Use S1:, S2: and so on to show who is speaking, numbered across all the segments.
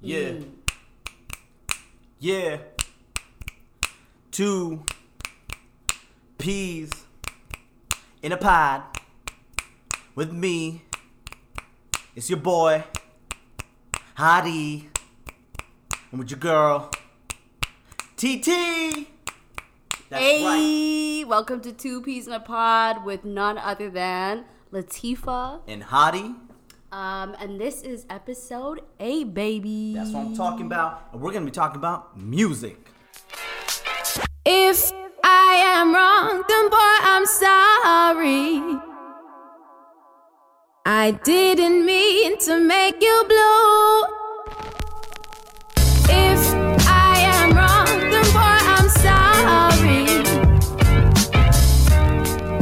S1: Yeah. Yeah. Two peas in a pod with me. It's your boy, Hottie. And with your girl, TT. That's right.
S2: Hey, welcome to Two Peas in a Pod with none other than Latifa.
S1: And Hottie.
S2: Um, and this is episode eight, baby.
S1: That's what I'm talking about. And we're going to be talking about music.
S3: If I am wrong, then boy, I'm sorry. I didn't mean to make you blue. If I am wrong, then boy, I'm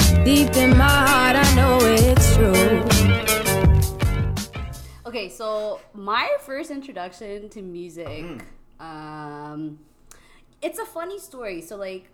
S3: sorry. Deep in my heart, I know it's true.
S2: Okay, so my first introduction to
S1: Mm.
S2: music, um, it's a funny story. So like,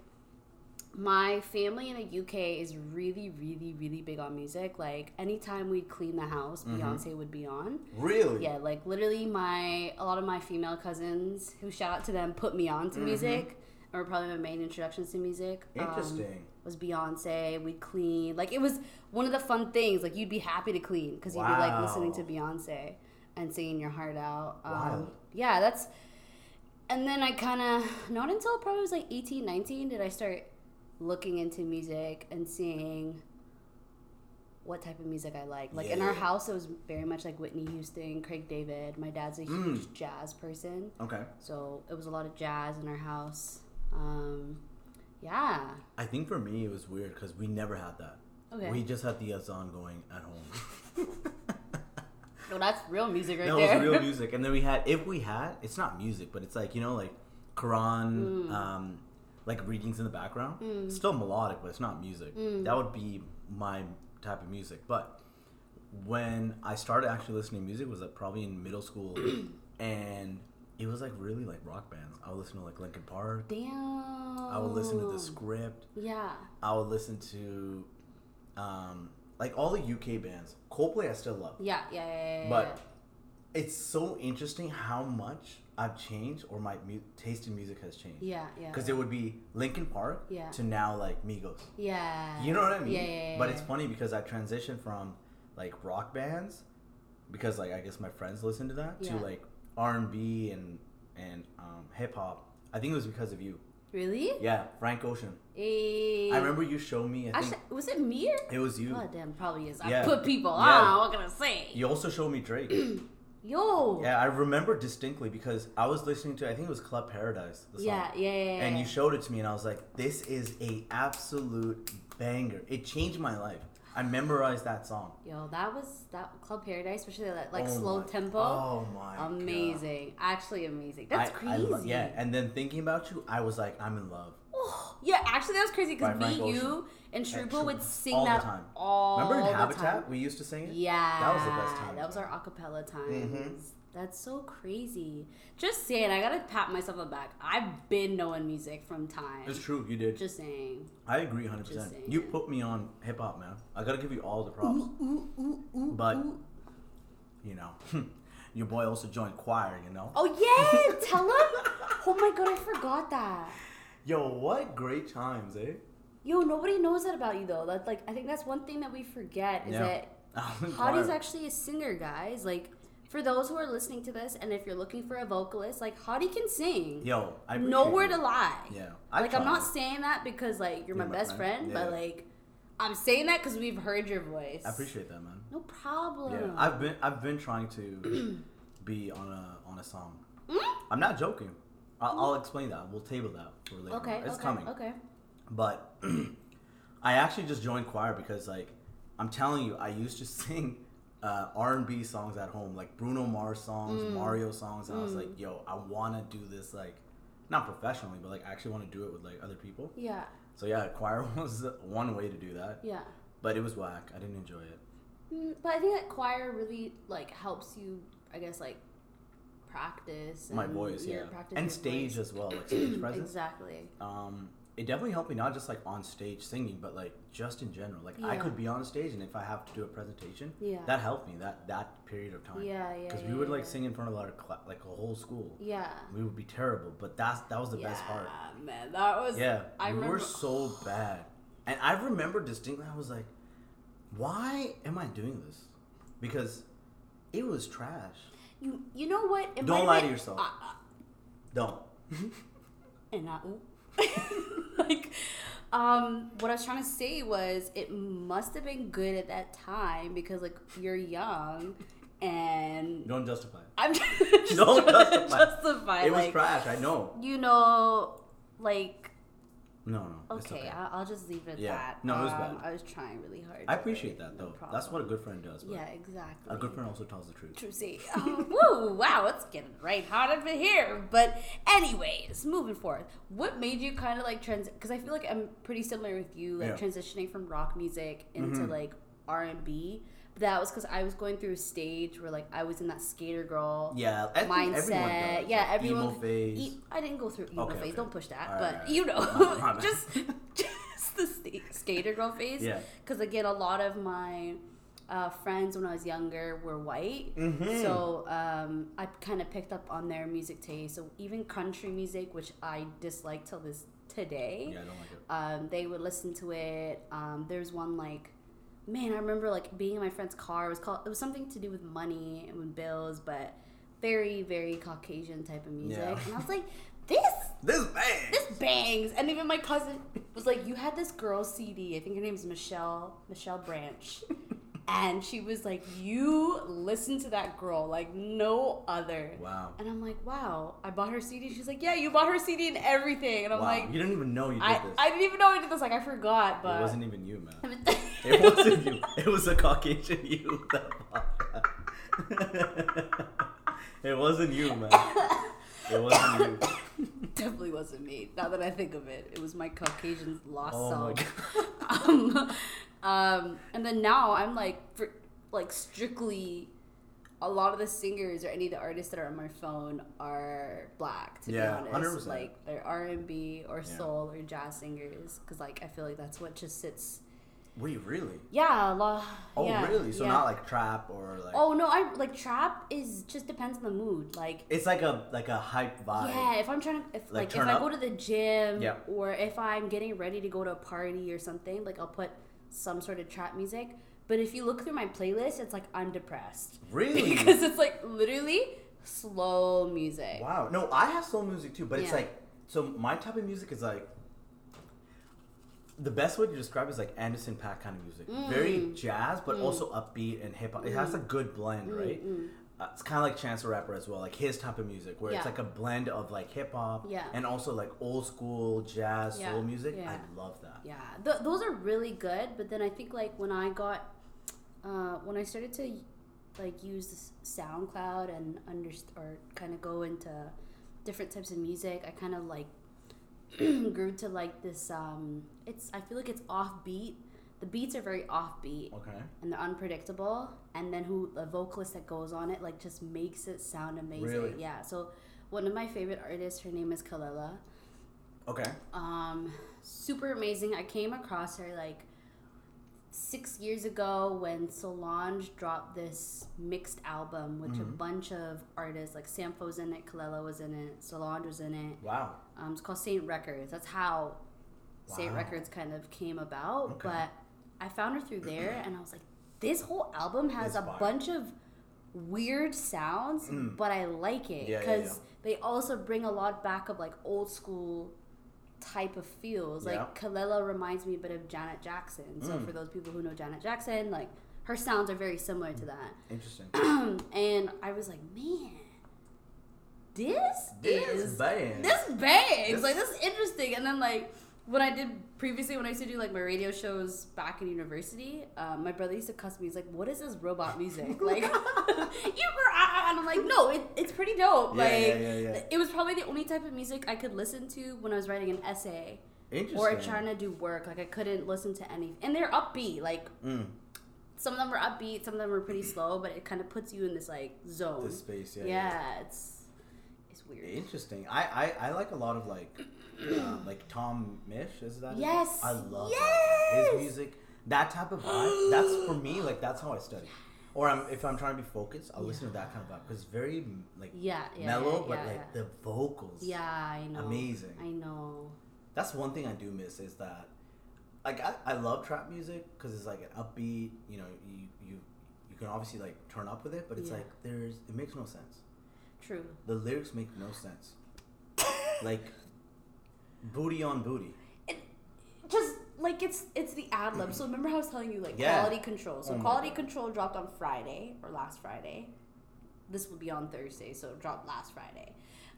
S2: my family in the UK is really, really, really big on music. Like, anytime we'd clean the house,
S1: Mm-hmm.
S2: Beyonce would be on.
S1: Really?
S2: Yeah, like literally my a lot of my female cousins who shout out to them put me on to
S1: Mm-hmm.
S2: music. Or probably my main introductions to music. um,
S1: Interesting.
S2: was Beyonce. We'd clean. Like it was one of the fun things. Like you'd be happy to clean because you'd be like listening to
S1: Wow.
S2: Beyonce and singing your heart out. Um,
S1: Wild.
S2: Yeah, that's. And then I kind of not until probably I was like 18, 19 did I start looking into music and seeing what type of music I like. Like in our
S1: Yeah.
S2: house, it was very much like Whitney Houston, Craig David. My dad's a huge
S1: Mm.
S2: jazz person,
S1: Okay.
S2: so it was a lot of jazz in our house. Um, yeah.
S1: I think for me it was weird because we never had that.
S2: Okay.
S1: We just had the azan going at home.
S2: Well, that's real music right
S1: that
S2: there.
S1: was real music, and then we had if we had it's not music, but it's like you know like Quran,
S2: Mm.
S1: um, like readings in the background. It's still melodic, but it's not music.
S2: Mm.
S1: That would be my type of music. But when I started actually listening to music was like probably in middle school, and it was like really like rock bands. I would listen to like Linkin Park.
S2: Damn.
S1: I would listen
S2: Oh.
S1: to The Script.
S2: Yeah.
S1: I would listen to um like all the UK bands. Coldplay I still love.
S2: Yeah. Yeah. Yeah. yeah,
S1: But it's so interesting how much I've changed or my mu- taste in music has changed.
S2: yeah. Yeah.
S1: Cuz it would be Linkin Park
S2: Yeah.
S1: to now like Migos.
S2: yeah.
S1: You know what I mean?
S2: Yeah. yeah, yeah
S1: But it's
S2: yeah.
S1: funny because I transitioned from like rock bands because like I guess my friends listen to that to
S2: Yeah.
S1: like R&B and and um, hip hop. I think it was because of you.
S2: really.
S1: Yeah, Frank Ocean.
S2: Eh,
S1: I remember you showed me I think
S2: Actually, was it me? Or?
S1: it was you.
S2: Oh damn, probably is.
S1: Yeah.
S2: I put people.
S1: Yeah.
S2: I don't know what can I say.
S1: You also showed me Drake.
S2: Yo.
S1: yeah, I remember distinctly because I was listening to I think it was Club Paradise. The song,
S2: Yeah. Yeah. yeah, yeah,
S1: And you
S2: yeah.
S1: showed it to me, and I was like, "This is a absolute banger. It changed my life. I memorized that song.
S2: Yo, that was that Club Paradise, especially that like
S1: Oh
S2: slow
S1: my-
S2: tempo.
S1: Oh my! God.
S2: Amazing, actually amazing. That's
S1: I- I
S2: crazy.
S1: lo- yeah, and then thinking about you, I was like, I'm in love.
S2: Oh, yeah, actually, that was crazy
S1: By
S2: because me,
S1: Frank
S2: you, and Shrupa
S1: Shrupa.
S2: would sing
S1: All the
S2: that
S1: time.
S2: all
S1: Remember in
S2: the
S1: Habitat,
S2: time.
S1: we used to sing it.
S2: Yeah,
S1: that was the best time. Mm-hmm.
S2: That was our acapella times. That's so crazy. Just saying, I gotta pat myself on the back. I've been knowing music from time.
S1: It's true, you did.
S2: Just saying.
S1: I agree 100%.
S2: saying.
S1: You put me on hip hop, man. I gotta give you all the props. but, you know, your boy also joined choir, you know?
S2: Oh yeah, tell him. Oh my god, I forgot that.
S1: Yo, what great times, eh?
S2: Yo, nobody knows that about you though. That's like I think that's one thing that we forget is that
S1: I was in
S2: Hottie's
S1: choir.
S2: actually a singer, guys. Like, for those who are listening to this, and if you're looking for a vocalist, like Hottie can sing.
S1: Yo, I appreciate
S2: nowhere
S1: it.
S2: to lie.
S1: Yeah, I
S2: like I'm not
S1: tried.
S2: saying that because like you're my,
S1: my
S2: best
S1: friend.
S2: friend,
S1: Yeah.
S2: but like I'm saying that because we've heard your voice.
S1: I appreciate that, man.
S2: No problem.
S1: Yeah, I've been I've been trying to be on a on a song.
S2: Mm?
S1: I'm not joking. I'll, I'll explain that. We'll table that for later.
S2: okay.
S1: It's
S2: okay.
S1: coming.
S2: Okay.
S1: But I actually just joined choir because, like, I'm telling you, I used to sing uh, R&B songs at home, like Bruno Mars songs, Mario songs, and I was like, "Yo, I want to do this like, not professionally, but like, I actually want to do it with like other people."
S2: Yeah.
S1: So yeah, choir was one way to do that,
S2: Yeah.
S1: but it was whack. I didn't enjoy it.
S2: Mm, But I think that choir really like helps you. I guess like practice
S1: My
S2: and-
S1: voice, yeah,
S2: practice
S1: and
S2: your
S1: stage
S2: voice.
S1: as well, like stage presence.
S2: Exactly.
S1: Um, it definitely helped me not just like on stage singing, but like just in general. Like I
S2: Yeah.
S1: could be on stage, and if I have to do a presentation,
S2: Yeah.
S1: that helped me that that period of time.
S2: Yeah, yeah,
S1: Because
S2: yeah,
S1: we would
S2: yeah.
S1: like sing in front of our cla- like a whole school.
S2: Yeah.
S1: We would be terrible, but that's that was the best part.
S2: Yeah, man, that was.
S1: Yeah,
S2: I
S1: we
S2: remember.
S1: were so bad, and I remember distinctly. I was like, "Why am I doing this?" Because it was trash.
S2: you, you know what? It
S1: Don't
S2: might
S1: lie
S2: have
S1: to
S2: been-
S1: yourself.
S2: I- I-
S1: Don't.
S2: and not ooh. like um what i was trying to say was it must have been good at that time because like you're young and
S1: Don't justify it.
S2: i'm just
S1: Don't
S2: trying to
S1: justify.
S2: justify
S1: It was
S2: like
S1: trash. I know.
S2: you know like
S1: No, no. It's
S2: okay,
S1: okay.
S2: I- i'll just leave it at
S1: Yeah.
S2: that
S1: No, it was
S2: Um,
S1: bad.
S2: i was trying really hard
S1: I
S2: but
S1: appreciate that
S2: no
S1: though. That's what a
S2: problem.
S1: good friend does. But
S2: yeah exactly
S1: A good friend also tells the truth.
S2: True see. Oh, woo, wow, it's getting right hot over here. But anyways, moving forward, what made you kind of like trans? Because I feel like I'm pretty similar with you, like
S1: Yeah.
S2: transitioning from rock music into like R and B. But that was because I was going through a stage where like I was in that skater girl.
S1: Yeah, I think everyone
S2: Mindset,
S1: does.
S2: yeah,
S1: Like,
S2: everyone.
S1: emo phase.
S2: e- I didn't go through emo
S1: Okay,
S2: phase.
S1: okay.
S2: Don't push that,
S1: All right,
S2: but
S1: all right.
S2: you know,
S1: My bad.
S2: just just the sta- skater girl phase.
S1: Yeah.
S2: Because again, a lot of my uh, friends when I was younger were white,
S1: Mhm.
S2: so um, I kind of picked up on their music taste. So even country music, which I dislike till this today,
S1: Yeah, I don't like it.
S2: um, they would listen to it. Um, there's one like, man, I remember like being in my friend's car. It was called. It was something to do with money and with bills, but very very Caucasian type of music.
S1: Yeah.
S2: And I was like, this
S1: This bang.
S2: this bangs. And even my cousin was like, you had this girl CD. I think her name's Michelle Michelle Branch. And she was like, You listen to that girl like no other.
S1: Wow.
S2: And I'm like, Wow, I bought her CD. She's like, Yeah, you bought her CD and everything. And I'm
S1: wow.
S2: like,
S1: you didn't even know you did
S2: I,
S1: this.
S2: I didn't even know I did this. Like I forgot, but
S1: it wasn't even you, man. It
S2: it
S1: wasn't you. It was a Caucasian you. that bought that. it wasn't you, man. It wasn't you.
S2: Definitely wasn't me. Now that I think of it, it was my Caucasian lost
S1: Oh my
S2: self. um, um, and then now I'm like, for, like strictly, a lot of the singers or any of the artists that are on my phone are black. To
S1: Yeah,
S2: be honest,
S1: 100%.
S2: like they're R and B or soul or jazz singers, because like I feel like that's what just sits.
S1: Wait, really?
S2: Yeah, a lot.
S1: Oh,
S2: yeah,
S1: really? So
S2: yeah.
S1: not like trap or like.
S2: Oh no, I like trap is just depends on the mood. Like
S1: It's like a like a hype vibe.
S2: Yeah, if I'm trying to, if
S1: Like,
S2: like, if
S1: turn
S2: I
S1: up?
S2: go to the gym
S1: Yeah.
S2: or if I'm getting ready to go to a party or something, like I'll put some sort of trap music. But if you look through my playlist, it's like I'm depressed
S1: Really?
S2: because it's like literally slow music.
S1: Wow. No, I have soul music too, but it's
S2: Yeah.
S1: like so my type of music is like the best way to describe it is like Anderson Pack kind of music.
S2: Mm.
S1: Very jazz, but also upbeat and hip hop. It has a good
S2: Mm.
S1: blend, right? Uh, it's kind of like Chance the Rapper as well, like his type of music, where it's
S2: Yeah.
S1: like a blend of like hip hop
S2: Yeah.
S1: and also like old school jazz
S2: Yeah.
S1: soul music.
S2: Yeah.
S1: I love that.
S2: Yeah, Th- those are really good. But then I think like when I got, uh, when I started to like use SoundCloud and underst- or kind of go into different types of music, I kind of like grew to like this. Um, it's I feel like it's offbeat. The beats are very offbeat
S1: Okay.
S2: and they're unpredictable. And then who the vocalist that goes on it like just makes it sound amazing.
S1: Really?
S2: Yeah. So one of my favorite artists, her name is Kalila
S1: Okay.
S2: um, super amazing. I came across her like six years ago when Solange dropped this mixed album, which a bunch of artists like Sampho was in it, Kalela was in it, Solange was in it.
S1: Wow.
S2: Um, it's called Saint Records. That's how Saint
S1: Wow.
S2: Records kind of came about.
S1: Okay.
S2: But I found her through there, and I was like, this whole album has
S1: It's
S2: a
S1: fire.
S2: bunch of weird sounds, but I like it
S1: Mm. Yeah, yeah,
S2: because they also bring a lot back of like old school type of feels.
S1: Yeah. Mm.
S2: Like Kalela reminds me a bit of Janet Jackson. So for those people who know Janet Jackson, like her sounds are very similar to that.
S1: Interesting.
S2: and I was like, man, this,
S1: this
S2: is
S1: band.
S2: this bangs.
S1: This-
S2: like this is interesting. And then like when I did previously when I used to do like my radio shows back in university, um, my brother used to cuss me. He's like, "What is this robot music?" like, you were- ah," and I'm like, "No, it, it's pretty dope."
S1: Yeah,
S2: like,
S1: yeah, yeah, yeah.
S2: it was probably the only type of music I could listen to when I was writing an essay
S1: Interesting.
S2: or trying to do work. Like I couldn't listen to any, and they're upbeat. Like
S1: Mm,
S2: some of them were upbeat, some of them were pretty slow, but it kind of puts you in this like zone.
S1: this space, yeah.
S2: yeah,
S1: yeah.
S2: it's it's weird.
S1: Interesting. I, I, I like a lot of like um, like Tom Mish. Is that his name?
S2: Yes.
S1: I love that man.
S2: Yes.
S1: his music. That type of vibe. that's for me. Like that's how I study. Or I'm, if I'm trying to be focused, I'll listen to that kind of vibe because very like
S2: Yeah, yeah,
S1: mellow,
S2: yeah,
S1: but
S2: yeah,
S1: like
S2: yeah.
S1: the vocals.
S2: Yeah, I know.
S1: Amazing.
S2: I know.
S1: That's one thing I do miss is that, like I, I love trap music because it's like an upbeat. You know, you you you can obviously like turn up with it, but it's
S2: Yeah.
S1: like there's it makes no sense.
S2: True.
S1: The lyrics make no sense. like booty on booty.
S2: It just like it's it's the ad lib. So remember how I was telling you like
S1: Yeah.
S2: quality control. So
S1: Oh my
S2: quality
S1: God.
S2: control dropped on Friday or last Friday. This will be on Thursday, so it dropped last Friday.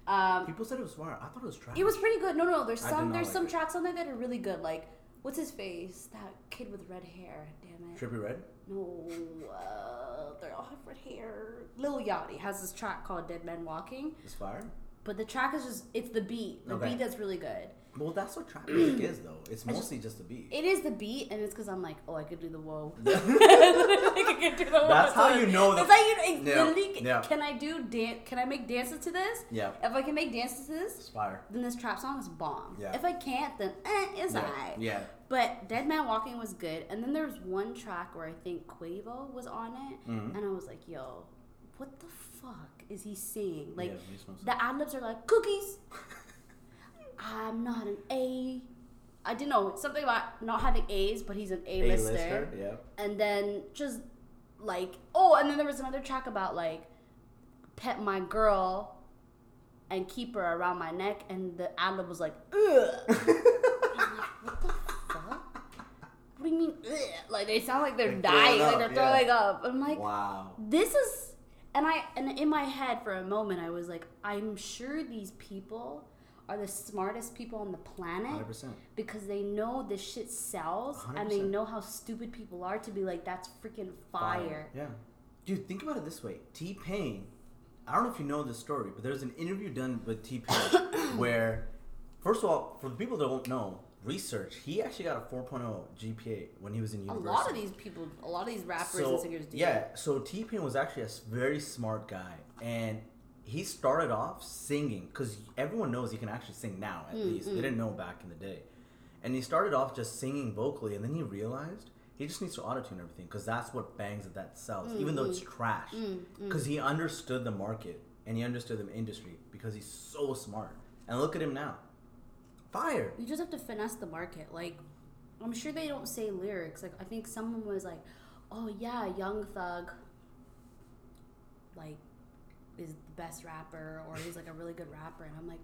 S2: Um,
S1: People said it was fire. I thought it was trash.
S2: It was pretty good. No, no, there's
S1: I did
S2: some
S1: not
S2: there's
S1: like
S2: some
S1: it.
S2: tracks on there that are really good. Like what's his face? That kid with red hair. Damn it.
S1: trippy red.
S2: No, uh, they all have red hair. Lil Yachty has this track called Dead Men Walking,
S1: It's fire.
S2: but the track is just it's the beat, the
S1: Okay.
S2: beat that's really good.
S1: Well, that's what trap music is though. It's mostly just a beat.
S2: It is the beat, and it's because I'm like, oh, I could do the whoa. like, I could do the whoa.
S1: That's how you know the-
S2: That's how you it's
S1: Yeah,
S2: literally,
S1: yeah.
S2: Can I do dance? Can I make dances to this?
S1: Yeah.
S2: If I can make dances to this,
S1: It's fire.
S2: then this trap song is bomb.
S1: Yeah.
S2: If I can't, then eh, it's
S1: Yeah.
S2: alright.
S1: Yeah.
S2: But Dead Man Walking was good, and then there was one track where I think Quavo was on it, and I was like, yo, what the fuck is he saying? Like,
S1: Yeah, it makes no sense.
S2: the ad libs are like cookies. I'm not an A. I didn't know something about not having A's, but he's an A lister.
S1: Yeah.
S2: And then just like oh, and then there was another track about like pet my girl and keep her around my neck, and the ad lib was like ugh. Fuck? What do you mean? Ugh? Like they sound like they're
S1: Like throwing
S2: dying, like
S1: up,
S2: they're
S1: yeah.
S2: throwing up. I'm like,
S1: wow.
S2: this is, and I and in my head for a moment I was like, I'm sure these people are the smartest people on the planet
S1: Hundred percent.
S2: because they know this shit sells and they
S1: 100%.
S2: know how stupid people are to be like, that's freaking fire.
S1: Yeah. Dude, think about it this way. T Pain, I don't know if you know this story, but there's an interview done with T Pain where, first of all, for the people that don't know, research, he actually got a 4.0 GPA when he was in
S2: A
S1: university.
S2: lot of these people, a lot of these rappers and singers do.
S1: Yeah, so T Pain was actually a s- very smart guy, and he started off singing because everyone knows he can actually sing now.
S2: Mm,
S1: At least they didn't know back in the day, and he started off just singing vocally, and then he realized he just needs to auto-tune everything because that's what bangs and that sells, even though it's
S2: Mm,
S1: trash. Because he understood the market and he understood the industry because he's so smart. And look at him now, fire.
S2: You just have to finesse the market. Like, I'm sure they don't say lyrics. Like, I think someone was like, "Oh yeah, Young Thug, like, is the best rapper, or he's like a really good rapper." And I'm like,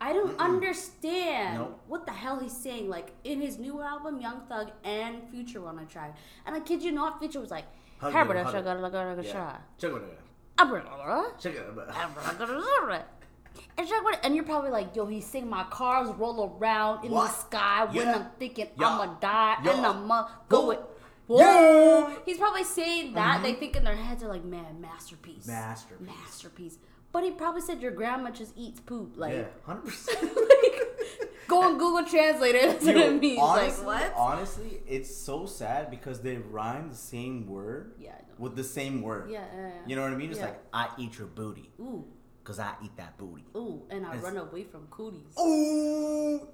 S2: I don't understand
S1: Nope.
S2: what the hell he's saying. Like, in his new album, Young Thug and Future were on a track, and I kid you not, Future was like,
S1: Hug it,
S2: "Habra
S1: hug it."
S2: shagara lagara
S1: Yeah.
S2: gasha.
S1: Check it out.
S2: Abra lagara."
S1: Check it out.
S2: And Jack went- and you're probably like, yo, he's saying my cars roll around in
S1: What?
S2: the sky when
S1: Yeah.
S2: I'm thinking
S1: Yeah.
S2: I'ma die
S1: Yeah.
S2: and I'ma go
S1: Go.
S2: with. Whoa.
S1: Yeah. Mm-hmm.
S2: He's probably saying that. They think in their heads, they're like, man, masterpiece.
S1: Masterpiece.
S2: Masterpiece. But he probably said your grandma just eats poop. Like,
S1: Yeah, hundred percent.
S2: like go on Google Translate it. That's what it
S1: Dude,
S2: means.
S1: Honestly,
S2: like, what?
S1: honestly, it's so sad because they rhyme the same word
S2: Yeah, I know.
S1: with the same word.
S2: Yeah, yeah, yeah.
S1: You know what I mean? It's
S2: Yeah.
S1: like, I eat your booty
S2: Ooh,
S1: because I eat that booty.
S2: ooh, and I
S1: It's- Oh,
S2: run away from cooties.
S1: Ooh!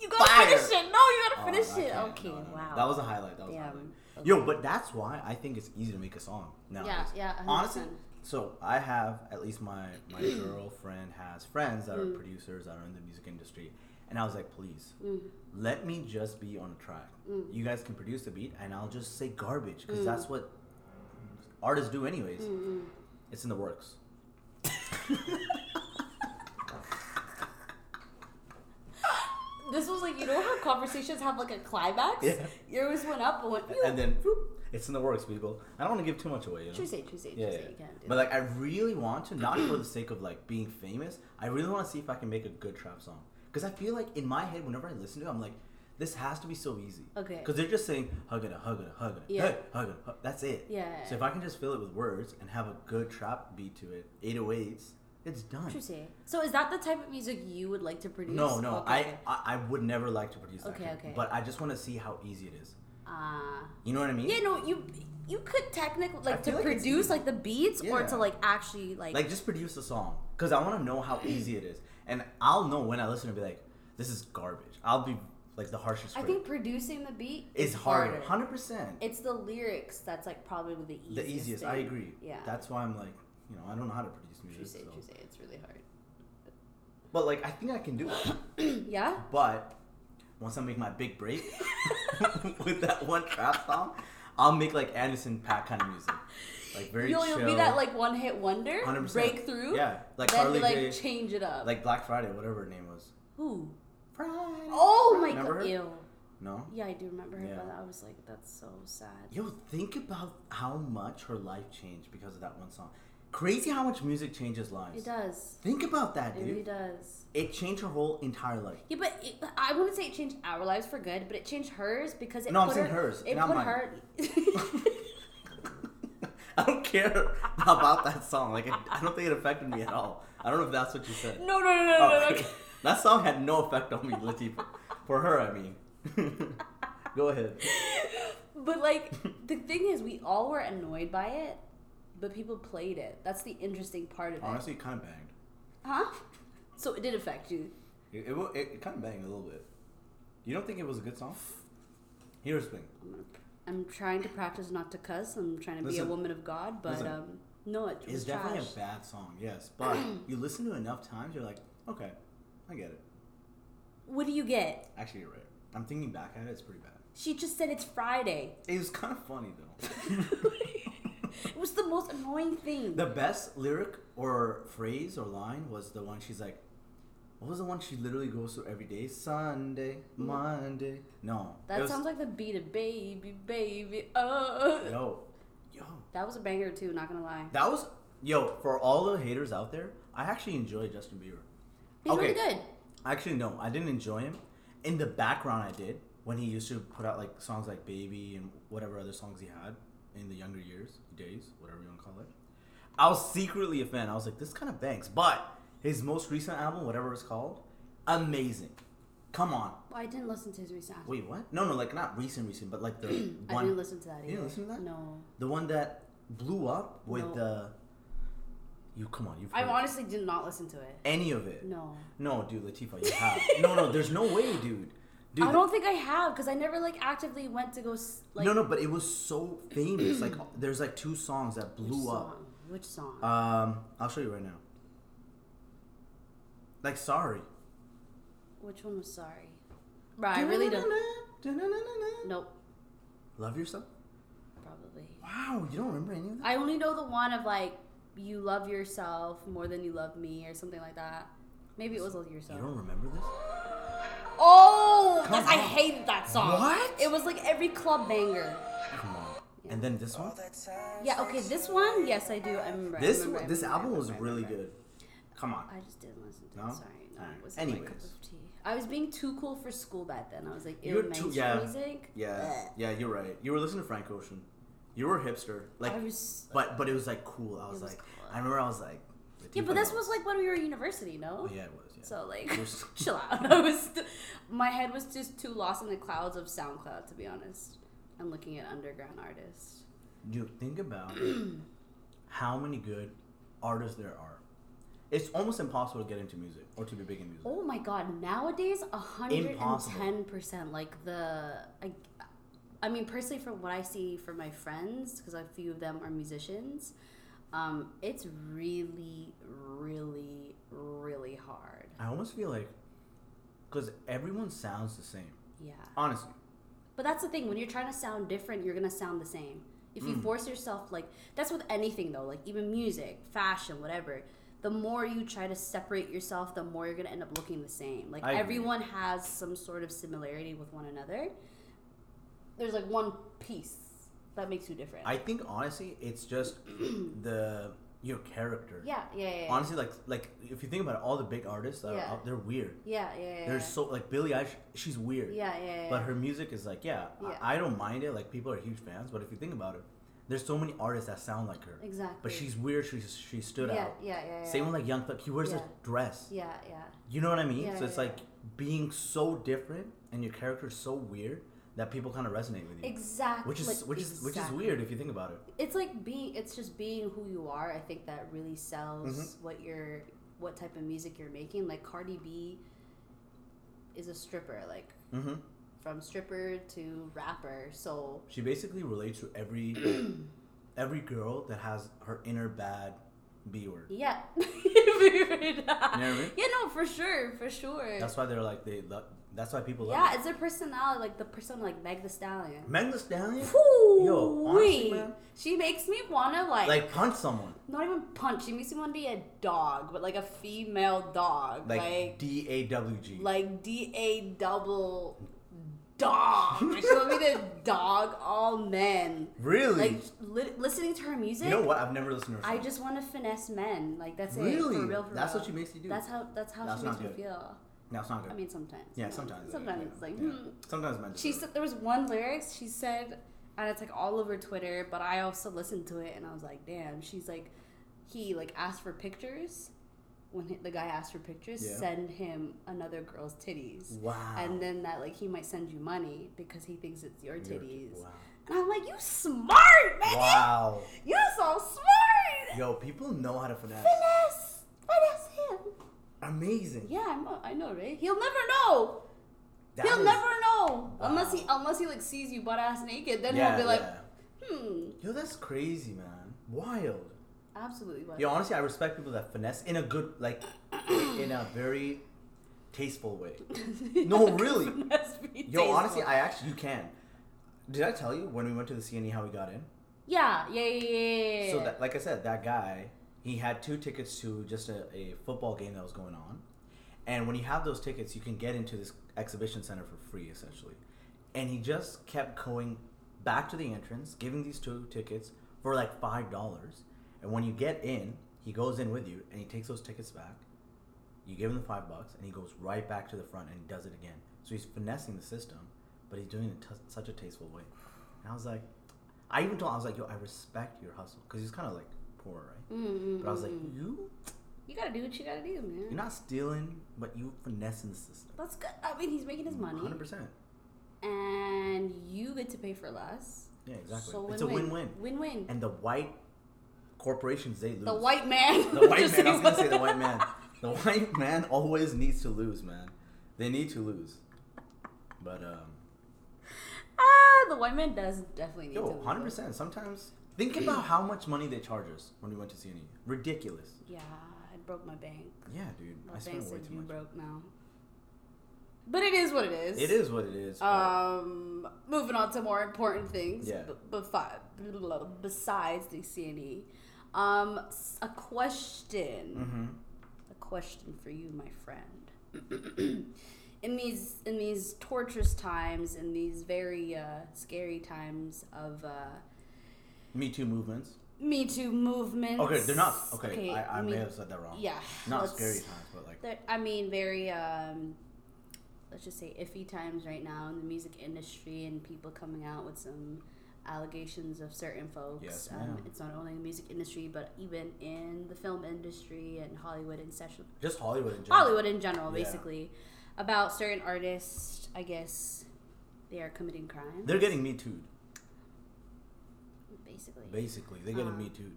S2: you gotta
S1: fire.
S2: finish it. No, you gotta
S1: Oh,
S2: finish
S1: I
S2: it.
S1: can't.
S2: Okay,
S1: No, no, no.
S2: wow.
S1: That was a highlight. That was a
S2: Damn.
S1: highlight.
S2: Okay.
S1: Yo, but that's why I think it's easy to make a song now.
S2: yeah, a hundred
S1: Honestly,
S2: percent.
S1: so I have at least my my girlfriend has friends that are
S2: Mm.
S1: producers that are in the music industry, and I was like, please,
S2: Mm.
S1: let me just be on a track. You guys can produce the beat, and I'll just say garbage
S2: Mm.
S1: because that's what artists do anyways.
S2: Mm-hmm.
S1: It's in the works.
S2: This was like you know how conversations have like a climax.
S1: Yeah.
S2: Yours went up and went.
S1: and then whoop, it's in the works, people. I don't want to give too much away. You know?
S2: True say, true say, true
S1: Yeah,
S2: say.
S1: yeah.
S2: You can't do
S1: but
S2: that.
S1: like I really want to, not for the sake of like being famous. I really want to see if I can make a good trap song because I feel like in my head, whenever I listen to, it, I'm like, this has to be so easy.
S2: Okay.
S1: Because they're just saying hug it, hug it, hug it,
S2: Yeah.
S1: hey, hug it, hug. that's it.
S2: Yeah.
S1: So if I can just fill it with words and have a good trap beat to it, 808s, it's done.
S2: True say. So is that the type of music you would like to produce?
S1: No, no,
S2: Okay, okay.
S1: I, I I would never like to produce that.
S2: Okay,
S1: kind,
S2: okay.
S1: But I just want to see how easy it is.
S2: Uh,
S1: You know what I mean?
S2: yeah, no, you you could technically like to
S1: feel like it's
S2: produce
S1: easy.
S2: like the beats or
S1: Yeah.
S2: to like actually like,
S1: Like just produce a song. because I want to know how easy it is, and I'll know when I listen and be like, this is garbage. I'll be like the harshest.
S2: I
S1: critic.
S2: think producing the beat
S1: it's harder, hundred percent.
S2: It's the lyrics that's like probably the easiest.
S1: The easiest. I
S2: thing.
S1: agree.
S2: Yeah.
S1: That's why I'm like, you know, I don't know how to produce
S2: true.
S1: music.
S2: Say,
S1: so-
S2: true. Say, it's really hard.
S1: But like, I think I can do it.
S2: yeah.
S1: But once I make my big break with that one trap song, I'll make like Anderson Pack kind of music, like very
S2: You'll,
S1: chill.
S2: you'll be that like one hit wonder,
S1: 100%.
S2: breakthrough.
S1: Yeah, like
S2: then
S1: Carly
S2: you like
S1: Rae-
S2: change it up.
S1: like Black Friday, whatever her name was.
S2: who?
S1: Friday.
S2: Oh my
S1: Remember
S2: god!
S1: her?
S2: Ew.
S1: No.
S2: Yeah, I do remember her,
S1: Yeah.
S2: but I was like, that's so sad.
S1: Yo, think about how much her life changed because of that one song. Crazy how much music changes lives.
S2: It does.
S1: Think about that,
S2: It really
S1: dude.
S2: does.
S1: It changed her whole entire life.
S2: Yeah, but it, I wouldn't say it changed our lives for good, but it changed hers because it
S1: No, I'm
S2: put
S1: saying
S2: her,
S1: hers,
S2: It
S1: not
S2: put
S1: mine.
S2: her.
S1: I don't care about that song. Like, I, I don't think it affected me at all. I don't know if that's what you said. Oh,
S2: no, no, no, no, no, no.
S1: Okay. that song had no effect on me, Latifah. For her, I mean. Go ahead.
S2: But like the thing is, we all were annoyed by it, but people played it. That's the interesting part of it,
S1: Honestly, it kind of banged.
S2: huh? So it did affect you.
S1: It, it, wa- it, it kind of banged a little bit. You don't think it was a good song? Here's the thing.
S2: I'm, gonna, I'm trying to practice not to cuss. I'm trying to
S1: Listen.
S2: be a woman of God, but
S1: Listen.
S2: um, no, it was
S1: It's definitely
S2: trash.
S1: a bad song, yes. But you listen to it enough times, you're like, okay, I get it.
S2: What do you get?
S1: Actually, you're right. I'm thinking back at it, it's pretty bad.
S2: She just said it's Friday.
S1: It was kind of funny, though.
S2: It was the most annoying thing.
S1: The best lyric or phrase or line was the one she's like, what was the one she literally goes through every day? Sunday, Monday. No.
S2: that
S1: it was-
S2: sounds like the beat of baby, baby. Oh,
S1: Yo, yo.
S2: that was a banger too. Not gonna lie,
S1: That was, yo, for all the haters out there, I actually enjoy Justin Bieber.
S2: he's
S1: Okay.
S2: really good.
S1: Actually, no, I didn't enjoy him. In the background, I did when he used to put out like songs like "Baby" and whatever other songs he had in the younger years, days, whatever you want to call it. I was secretly a fan. I was like, this kind of bangs. But his most recent album, whatever it's called, amazing. Come on.
S2: Well, I didn't listen to his recent. album.
S1: Wait, what? No, no, like not recent, recent, but like the
S2: I
S1: one,
S2: didn't listen to that either.
S1: didn't listen to that?
S2: No.
S1: the one that blew up with
S2: No.
S1: the. You come on, you've
S2: I
S1: heard
S2: honestly did not listen to it.
S1: any of it?
S2: No.
S1: no, dude, Latifah, you have no, no. There's no way, dude. Dude,
S2: I don't think I have because I never like actively went to go s- like
S1: no, no, but it was so famous. like, there's like two songs that
S2: which
S1: blew up.
S2: song. Which song?
S1: Um, I'll show you right now. Like, sorry.
S2: which one was sorry? Right, I really don't. Nope,
S1: Love yourself.
S2: probably.
S1: Wow, you don't remember any of that?
S2: I only know the one of like you love yourself more than you love me or something like that. Maybe it was love
S1: You
S2: yourself.
S1: don't remember this?
S2: Oh,
S1: Come
S2: that's, I
S1: on.
S2: hated that song.
S1: What?
S2: It was like every club banger.
S1: Come on. And then
S2: Oh,
S1: this one.
S2: Yeah. Okay, this one. Yes, I do. I remember. I
S1: This
S2: remember, I
S1: this
S2: remember, I
S1: album was
S2: remember, I
S1: really
S2: remember.
S1: good. Come on.
S2: I just didn't listen to
S1: No?
S2: it. Sorry, no,
S1: Alright.
S2: it wasn't my cup
S1: Anyways.
S2: of tea. I was being too cool for school back then. I was like,
S1: You were
S2: ew,
S1: too-
S2: mainstream
S1: yeah.
S2: music.
S1: Yeah,
S2: Bleh.
S1: yeah, you're right. You were listening to Frank Ocean. You were a hipster, like,
S2: I was-
S1: but but it was like cool. I was,
S2: was
S1: like,
S2: cool.
S1: I remember I was like,
S2: Yeah, but this
S1: Latifah
S2: was like when we were at university, no?
S1: knows. yeah, it was. Yeah.
S2: So like,
S1: You're s-
S2: chill out. I was, st- my head was just too lost in the clouds of SoundCloud, to be honest. I'm looking at underground artists.
S1: Dude, think about how many good artists there are. It's almost impossible to get into music or to be big in music.
S2: Oh my god! Nowadays, hundred and ten percent. Like the, I, I mean, personally, from what I see from my friends, because a few of them are musicians, um, it's really, really, really hard.
S1: I almost feel like because everyone sounds the same.
S2: Yeah,
S1: Honestly,
S2: but that's the thing. When you're trying to sound different, you're gonna sound the same. If
S1: Mm.
S2: you force yourself, like that's with anything though, like even music, fashion, whatever. The more you try to separate yourself, the more you're gonna end up looking the same. Like
S1: I agree.
S2: everyone has some sort of similarity with one another. There's like one piece that makes you different.
S1: I think honestly, it's just the your character.
S2: yeah, yeah, yeah, yeah.
S1: Honestly, like like if you think about it, all the big artists that
S2: Yeah.
S1: are out, they're weird.
S2: yeah, yeah, yeah.
S1: They're
S2: yeah.
S1: so like Billie Eilish. She's weird.
S2: yeah, yeah, yeah,
S1: But
S2: yeah.
S1: her music is like, yeah, I-
S2: Yeah.
S1: I, don't mind it. Like people are huge fans, but if you think about it, there's so many artists that sound like her.
S2: exactly.
S1: But she's weird. She she stood
S2: yeah,
S1: out.
S2: yeah, yeah, yeah.
S1: Same with like Young Thug. He wears
S2: Yeah.
S1: a dress.
S2: yeah, yeah.
S1: You know what I mean?
S2: Yeah,
S1: so it's
S2: yeah,
S1: like being so different and your character's so weird that people kind of resonate with you.
S2: Exactly.
S1: Which is
S2: like,
S1: which is which is
S2: exactly.
S1: weird if you think about it. Mm-hmm.
S2: it's like being it's just being who you are i think that really sells what your what type of music you're making. Like Cardi B is a stripper, like
S1: hmm
S2: from stripper to rapper. So
S1: She basically relates to every every girl that has her inner bad B word.
S2: yeah, yeah,
S1: mean?
S2: no, for sure, for sure.
S1: That's why they're like they. Lo- that's why people love.
S2: yeah, it's their personality, like the person like Meg the Stallion.
S1: It. Meg Thee Stallion.
S2: Yo,
S1: honestly, man.
S2: she makes me wanna like,
S1: Like punch someone.
S2: not even punch. She makes me wanna be a dog, but like a female dog,
S1: Like
S2: like
S1: D A W G.
S2: like D A double dog. she want me to dog all men.
S1: Really?
S2: Like li- listening to her music,
S1: you know what? I've never listened to her.
S2: I
S1: song.
S2: just want to finesse men. Like that's it.
S1: Really?
S2: For real, for
S1: That's
S2: real.
S1: what she makes you do?
S2: That's how. That's how
S1: That's
S2: she makes
S1: not
S2: me
S1: good.
S2: feel.
S1: No, it's not good.
S2: I mean, sometimes.
S1: yeah, sometimes.
S2: Sometimes
S1: yeah,
S2: it's like.
S1: yeah.
S2: Hmm.
S1: Sometimes men.
S2: She
S1: deserve
S2: said there was one lyrics she said, and it's like all over Twitter. But I also listened to it, and I was like, damn. She's like, he like asked for pictures. When he, the guy asked for pictures,
S1: Yeah.
S2: send him another girl's titties.
S1: it. Wow.
S2: And then that like he might send you money because he thinks it's your
S1: You're-
S2: titties.
S1: Wow.
S2: And I'm like, you smart, man.
S1: Wow.
S2: You so smart.
S1: Yo, people know how to finesse.
S2: Finesse, finesse him.
S1: Amazing.
S2: Yeah, I'm, I know, right? He'll never know.
S1: That
S2: he'll
S1: is-
S2: never know unless he
S1: Wow.
S2: unless he like sees you butt ass naked. Then
S1: Yeah,
S2: he'll be like,
S1: yeah.
S2: hmm,
S1: Yo, that's crazy, man. Wild.
S2: absolutely. What?
S1: Yo, honestly, I respect people that finesse in a good, like, in a very tasteful way. No, really.
S2: Must be
S1: Yo, honestly, I
S2: tasteful.
S1: actually you can. Did I tell you when we went to the CNE how we got in?
S2: yeah, yeah, yeah, yeah. yeah.
S1: So that, like I said, that guy he had two tickets to just a, a football game that was going on, and when you have those tickets, you can get into this exhibition center for free, essentially. And he just kept going back to the entrance, giving these two tickets for like five dollars. And when you get in, he goes in with you, and he takes those tickets back. You give him the five bucks, and he goes right back to the front and does it again. So he's finessing the system, but he's doing it in t- such a tasteful way. And I was like, I even told I was like, yo, I respect your hustle because he's kind of like poor, right?
S2: Mm, mm,
S1: But I was
S2: mm,
S1: like,
S2: mm.
S1: you,
S2: you gotta do what you gotta do, man.
S1: you're not stealing, but you finessing the system.
S2: That's good. I mean, he's making his money,
S1: Hundred percent.
S2: and you get to pay for less.
S1: Yeah, exactly.
S2: So
S1: it's a win-win.
S2: Win-win.
S1: And the white corporations, they lose.
S2: the white man.
S1: The white
S2: Just
S1: man. I was gonna say
S2: saying-
S1: the white man. The white man always needs to lose, man. They need to lose. But um,
S2: ah, the white man does definitely need to.
S1: yo,
S2: lose.
S1: hundred percent. Sometimes think about how much money they charge us when we went to CNE. Ridiculous.
S2: Yeah, I broke my bank.
S1: Yeah, dude. I
S2: My bank
S1: spent way
S2: said
S1: too
S2: you
S1: much.
S2: broke now. But it is what it is.
S1: It is what it is. but-
S2: Um, moving on to more important things.
S1: Yeah.
S2: b- befi- besides the CNE, um, s- a question,
S1: Mhm.
S2: a question for you, my friend. in these in these torturous times, in these very uh, scary times of uh,
S1: Me Too movements.
S2: Me Too movements.
S1: Okay, they're not. Okay, I, I
S2: Me-
S1: may have said that wrong.
S2: Yeah.
S1: Not
S2: let's-
S1: scary times, but like.
S2: that I mean, very um, let's just say iffy times right now in the music industry, and people coming out with some allegations of certain folks.
S1: Yes,
S2: um,
S1: ma'am.
S2: it's not only in the music industry, but even in the film industry and Hollywood and session
S1: Just Hollywood in general.
S2: Hollywood in general,
S1: Yeah.
S2: basically, about certain artists. I guess they are committing crime.
S1: They're getting Me Too.
S2: basically.
S1: Basically, they're getting
S2: Um,
S1: Me Too.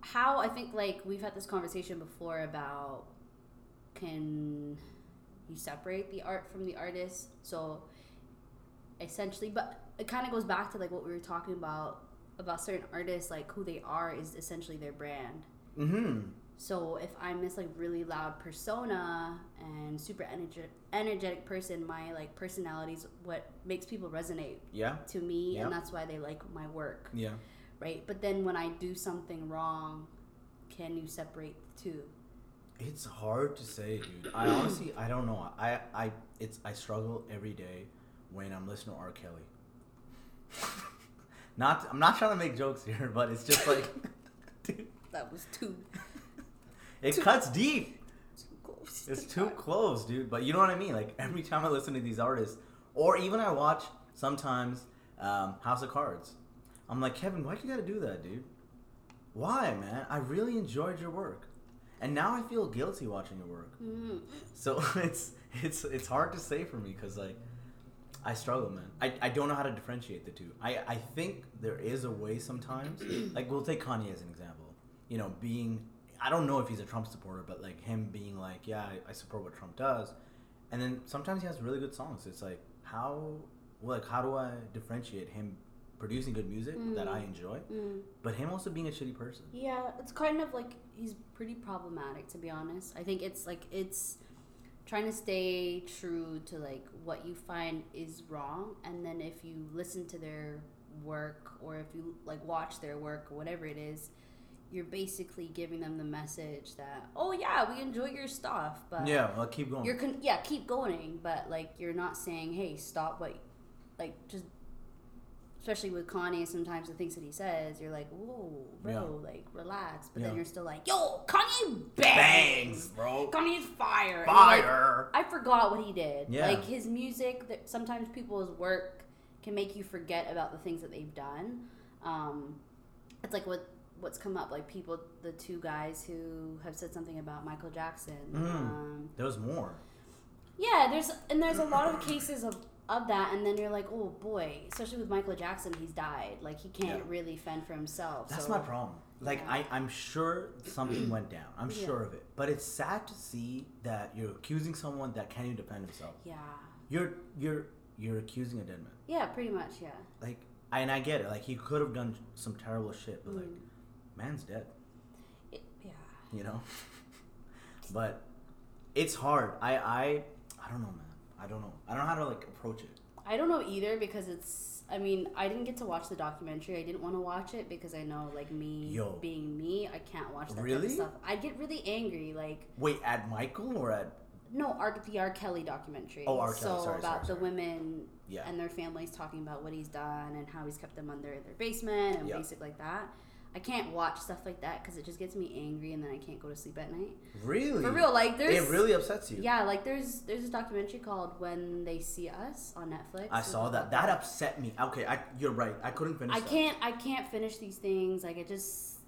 S2: how I think like we've had this conversation before about can you separate the art from the artist? So essentially, but it kind of goes back to like what we were talking about about certain artists, like who they are is essentially their brand.
S1: Mm-hmm.
S2: So if I'm this like really loud persona and super energetic energetic person, my like personality is what makes people resonate
S1: Yeah.
S2: to me,
S1: Yep.
S2: and that's why they like my work
S1: Yeah.
S2: right? But then when I do something wrong, can you separate the two?
S1: It's hard to say, dude. I honestly, I don't know. I, I, it's, I struggle every day when I'm listening to R. Kelly. not, I'm not trying to make jokes here, but it's just like, dude,
S2: That was too
S1: it cuts deep.
S2: too close.
S1: It's too close, dude. But you know what I mean? Like every time I listen to these artists, or even I watch sometimes um, House of Cards, I'm like, Kevin, why'd you gotta do that, dude? Why, man? I really enjoyed your work, and now I feel guilty watching your work.
S2: Mm.
S1: So it's it's it's hard to say for me because like I struggle, man. I, I don't know how to differentiate the two. I, I think there is a way sometimes. like we'll take Kanye as an example. You know, being I don't know if he's a Trump supporter, but like him being like, yeah, I, I support what Trump does, and then sometimes he has really good songs. It's like how like how do I differentiate him producing good music that I enjoy, but him also being a shitty person?
S2: mm, Yeah, it's kind of like he's pretty problematic to be honest. I think it's like it's trying to stay true to like what you find is wrong and then if you listen to their work or if you like watch their work or whatever it is, you're basically giving them the message that, "Oh yeah, we enjoy your stuff, but
S1: Yeah, well, keep going.
S2: you're con- yeah, keep going, but like you're not saying, "Hey, stop what like just especially with Kanye sometimes the things that he says, you're like, "Whoa, bro,
S1: Yeah.
S2: like relax." But then
S1: Yeah.
S2: you're still like, "Yo, Kanye bangs.
S1: Bangs, bro.
S2: Kanye's fire. And you're like,
S1: Fire.
S2: I forgot what he did.
S1: Yeah.
S2: Like his music, that sometimes people's work can make you forget about the things that they've done. Um, it's like what what's come up, like people, the two guys who have said something about Michael Jackson.
S1: Mm.
S2: Um,
S1: There was more.
S2: yeah, there's and there's a lot of cases of of that, and then you're like, oh boy, especially with Michael Jackson, he's died. Like he can't
S1: Yeah.
S2: really fend for himself.
S1: That's
S2: so-
S1: my problem. Like I, I'm sure something went down. I'm
S2: Yeah.
S1: sure of it. But it's sad to see that you're accusing someone that can't even defend himself.
S2: Yeah,
S1: You're you're you're accusing a dead man.
S2: yeah, pretty much, yeah.
S1: Like I, and I get it. Like he could have done some terrible shit, but like
S2: Mm.
S1: man's dead.
S2: It, yeah,
S1: You know. but it's hard. I I I don't know, man. I don't know. I don't know how to like approach it.
S2: I don't know either because it's. I mean, I didn't get to watch the documentary. I didn't want to watch it because I know, like me
S1: Yo.
S2: being me, I can't watch that
S1: Really?
S2: type of stuff. I get really angry, like
S1: Wait, at Michael or at
S2: no, R, the R. Kelly documentary.
S1: Oh, R. Kelly.
S2: So
S1: Sorry,
S2: about
S1: sorry,
S2: the
S1: sorry.
S2: women
S1: Yeah.
S2: and their families talking about what he's done and how he's kept them under their basement and
S1: Yeah.
S2: basic like that. I can't watch stuff like that because it just gets me angry and then I can't go to sleep at night.
S1: really?
S2: For real, like there's
S1: it really upsets you.
S2: yeah, like there's there's a documentary called When They See Us on Netflix.
S1: I
S2: It's
S1: saw
S2: about
S1: that. That upset me. Okay, I, you're right. I couldn't finish.
S2: I
S1: that.
S2: can't I can't finish these things. Like it just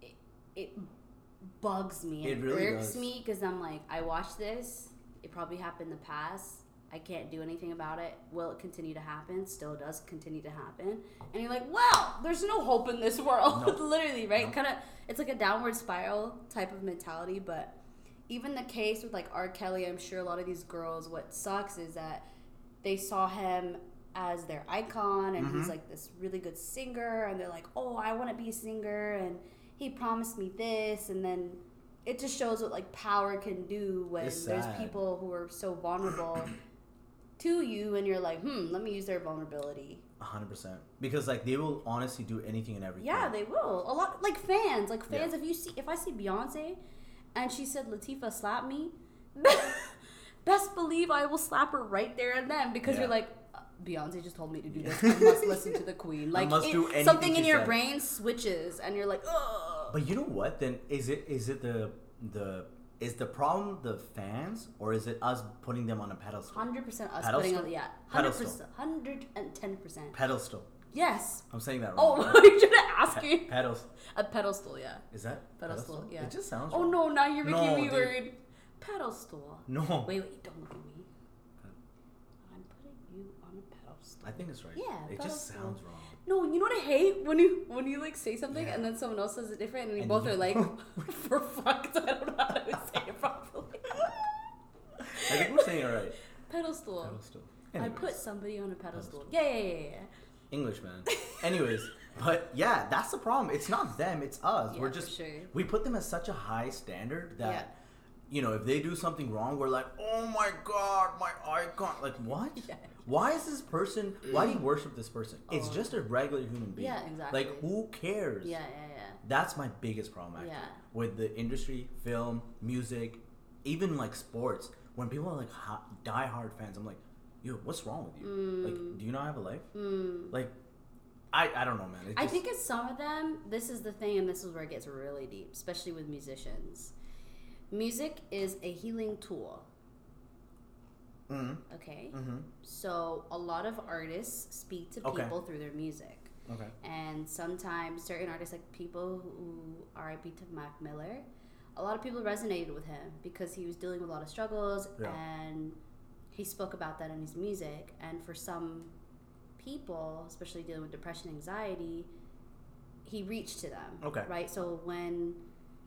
S2: it, it bugs me.
S1: It
S2: It,
S1: really
S2: irks
S1: does.
S2: me because I'm like I watched this. It probably happened in the past. I can't do anything about it. Will it continue to happen? Still does continue to happen. And you're like, well, there's no hope in this world.
S1: Nope.
S2: Literally, right?
S1: Nope.
S2: Kind of, it's like a downward spiral type of mentality. But even the case with like R. Kelly, I'm sure a lot of these girls, what sucks is that they saw him as their icon and
S1: Mm-hmm.
S2: he's like this really good singer and they're like oh i want to be a singer and he promised me this and then it just shows what like power can do when
S1: It's
S2: there's
S1: sad.
S2: people who are so vulnerable to you and you're like hmm let me use their vulnerability
S1: hundred percent. Because like they will honestly do anything and everything.
S2: yeah they will a lot like fans like fans
S1: Yeah.
S2: if you see if i see beyonce and she said latifa slap me best believe i will slap her right there and then because
S1: Yeah.
S2: you're like "Uh, beyonce just told me to do this i must listen to the queen like
S1: must
S2: it-
S1: do anything
S2: something in
S1: she
S2: your
S1: said.
S2: brain switches and you're like oh
S1: But you know what? Then is it is it the the is the problem the fans or is it us putting them on a pedestal?
S2: 100% us
S1: Pedestal?
S2: putting on yeah 100%
S1: Pedestal.
S2: 110%
S1: Pedestal.
S2: yes
S1: I'm saying that
S2: oh
S1: wrong.
S2: you should have asked me
S1: Pedals.
S2: a pedestal yeah
S1: Is that
S2: pedestal, yeah
S1: It just sounds.
S2: oh
S1: wrong.
S2: no now you're making
S1: No,
S2: me
S1: dude.
S2: weird pedestal
S1: No.
S2: Wait, wait, don't look at me. I'm putting you on a pedestal.
S1: I think it's right.
S2: Yeah,
S1: It just
S2: pedestal.
S1: sounds wrong.
S2: No, you know what I hate when you when you like say something
S1: Yeah.
S2: and then someone else says it different, and you
S1: And
S2: both
S1: you-
S2: are like, "For fuck's, I don't know how to say it properly."
S1: I think we're saying it right.
S2: pedestal.
S1: Pedestal.
S2: I
S1: Anyways.
S2: put somebody on a pedestal.
S1: Pedestal.
S2: Yeah, yeah, yeah, yeah.
S1: English man. Anyways, but yeah, that's the problem. It's not them, it's us.
S2: Yeah,
S1: we're
S2: for
S1: just
S2: sure.
S1: we put them at such a high standard that you know, if they do something wrong, we're like, "Oh my god, my icon." Like, what?
S2: Yeah. Oh.
S1: Why is this person why do you worship this person? It's just a regular human being.
S2: Yeah, exactly.
S1: Like, who cares?
S2: Yeah, yeah, yeah.
S1: That's my biggest problem actually.
S2: Yeah.
S1: With the industry, film, music, even like sports, when people are like ho- diehard fans, I'm like, yo, what's wrong with you?
S2: Mm.
S1: Like, do you not have a life? Like, I, I don't know, man. It
S2: Hmm. I
S1: just-
S2: think it's some of them. This is the thing, and this is where it gets really deep, especially with musicians. Music is a healing tool.
S1: Mhm.
S2: Okay.
S1: Mhm.
S2: So a lot of artists speak to
S1: Okay.
S2: people through their music.
S1: Okay.
S2: And sometimes certain artists, like people who R.I.P. to Mac Miller, a lot of people resonated with him because he was dealing with a lot of struggles
S1: Yeah.
S2: and he spoke about that in his music. And for some people, especially dealing with depression, anxiety, he reached to them.
S1: Okay.
S2: Right? So when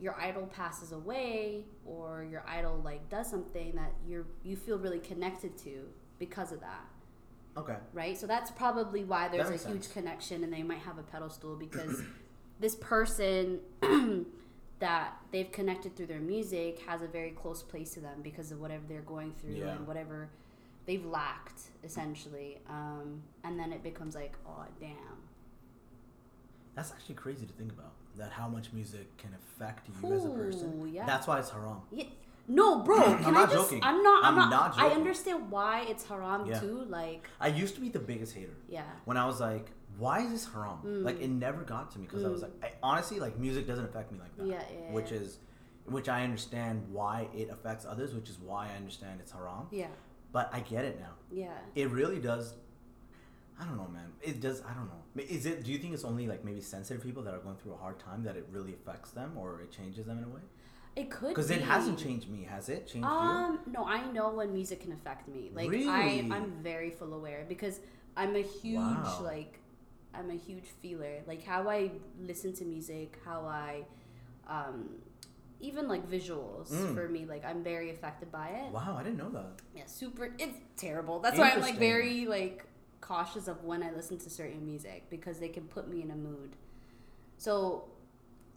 S2: your idol passes away or your idol like does something that you're you feel really connected to because of that
S1: Okay.
S2: right? So that's probably why there's a
S1: makes
S2: huge
S1: sense.
S2: connection, and they might have a pedestal because this person that they've connected through their music has a very close place to them because of whatever they're going through
S1: Yeah.
S2: and whatever they've lacked, essentially. Um, and then it becomes like, oh damn,
S1: That's actually crazy to think about. That how much music can affect you as a
S2: Ooh,
S1: person.
S2: yeah.
S1: That's why it's haram.
S2: yeah. No, bro. Can I
S1: not
S2: just?
S1: joking.
S2: I'm not. I'm,
S1: I'm
S2: not.
S1: not
S2: I
S1: joking.
S2: understand why it's haram
S1: Yeah.
S2: too. Like,
S1: I used to be the biggest hater.
S2: yeah,
S1: When I was like, why is this haram?
S2: Mm.
S1: Like it never got to me because I was like, I, honestly, like music doesn't affect me like that.
S2: Yeah, yeah,
S1: Which
S2: yeah.
S1: is, which I understand why it affects others, which is why I understand it's haram.
S2: yeah,
S1: But I get it now.
S2: yeah.
S1: It really does. I don't know, man. It does. I don't know. Ma- Is it? Do you think it's only like maybe sensitive people that are going through a hard time that it really affects them or it changes them in a way?
S2: It could
S1: Because it
S2: be.
S1: hasn't changed me, has it? Changed you?
S2: Um, no, I know when music can affect me. Like I,
S1: Really?
S2: I'm very full aware because I'm a huge
S1: Wow.
S2: like, I'm a huge feeler. Like how I listen to music, how I, um, even like visuals
S1: Mm.
S2: for me. Like I'm very affected by it.
S1: Wow, I didn't know that.
S2: Yeah, super. It's terrible. That's why I'm like
S1: Interesting.
S2: very like cautious of when I listen to certain music because they can put me in a mood. So